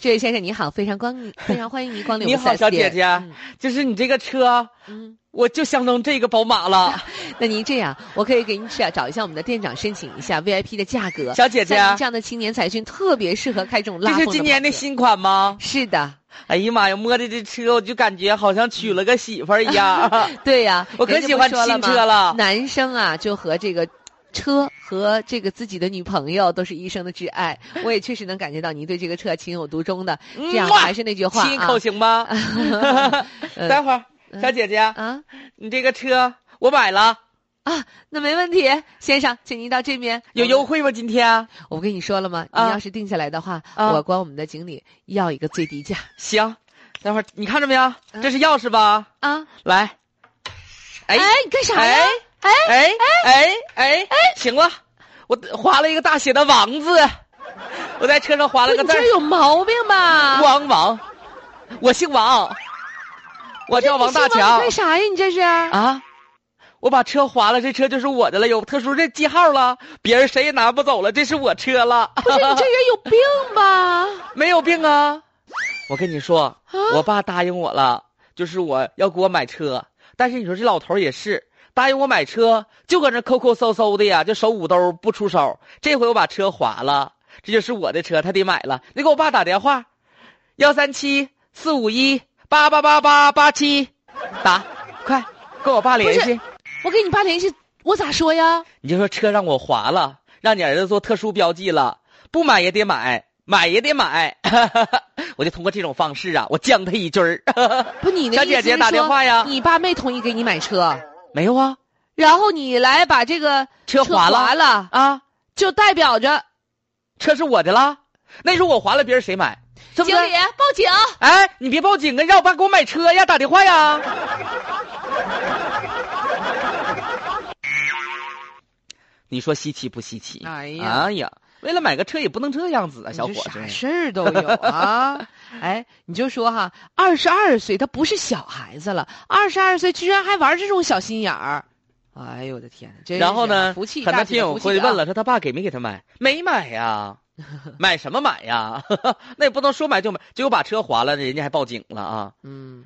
这位先生你好，非常光 非常欢迎您光临我你们好， 4S 小姐店姐，就是你这个车，嗯，我就相中这个宝马了。 那您这样，我可以给您找找一下我们的店长申请一下 VIP 的价格。小姐姐，啊像您这样的青年才俊特别适合开这种拉这风是今年的跑车新 款吗？是的，哎呀妈呀，摸着这车我就感觉好像娶了个媳妇儿一 样。对呀、我可人家喜不欢说了新吗车了男生啊，就和这个车和这个自己的女朋友都是一生的挚爱。我也确实能感觉到您对这个车情有独钟的。这样，嗯哇还是那句话亲一口啊， 行吗？呃待会儿，嗯小姐姐，啊你这个车我买了，啊，那没问题，先生，请您到这边有优。惠吗？今天我跟你说了吗？你啊要是定下来的话，啊我管我们的经理要一个最低价行，待会儿你看着没有？嗯这是钥匙吧？啊！来，哎，哎你干啥呀哎？哎哎哎哎，行了，我划了一个大写的王字，我在车上划了不个是你字儿这有毛病吧？王王，我姓王，我叫王大你这王你强干啥呀？你这是？啊。我把车划了，这车就是我的了，有特殊这记号了，别人谁也拿不走了，这是我车了。不是你这人有病吧？没有病啊！我跟你说，啊，我爸答应我了，就是我要给我买车。但是你说这老头儿也是答应我买车，就搁那抠抠搜搜的呀，就手捂兜不出手。这回我把车划了，这就是我的车，他得买了。你给我爸打电话，幺三七四五一八八八八八七，打，快跟我爸联不系。我跟你爸联系，我咋说呀？你就说车让我划了，让你儿子做特殊标记了，不买也得买，买也得买。 我就通过这种方式啊，我将他一军儿。 不，你的小意思姐是姐打电说话呀你爸没同意给你买车，没有啊，然后你来把这个车划了划了，啊，就代表着车是我的啦。那时候我划了，别人谁买？是经不理是？报警。哎，你别报警啊，让我爸给我买车呀，打电话呀。 你说稀奇不稀奇？哎呀为了买个车也不能这样子啊，小伙你这子啥。事儿都有 啊！哎，你就说哈，二十二岁他不是小孩子了，二十二岁居然还玩这种小心眼儿，哎呦我的天！真然后是啊呢，福气很大多姐听的友福气会啊问了，说他爸给没给他买？没 买呀， 买什么买呀？那也不能说买就买，结果把车划了，人家还报警了啊！嗯，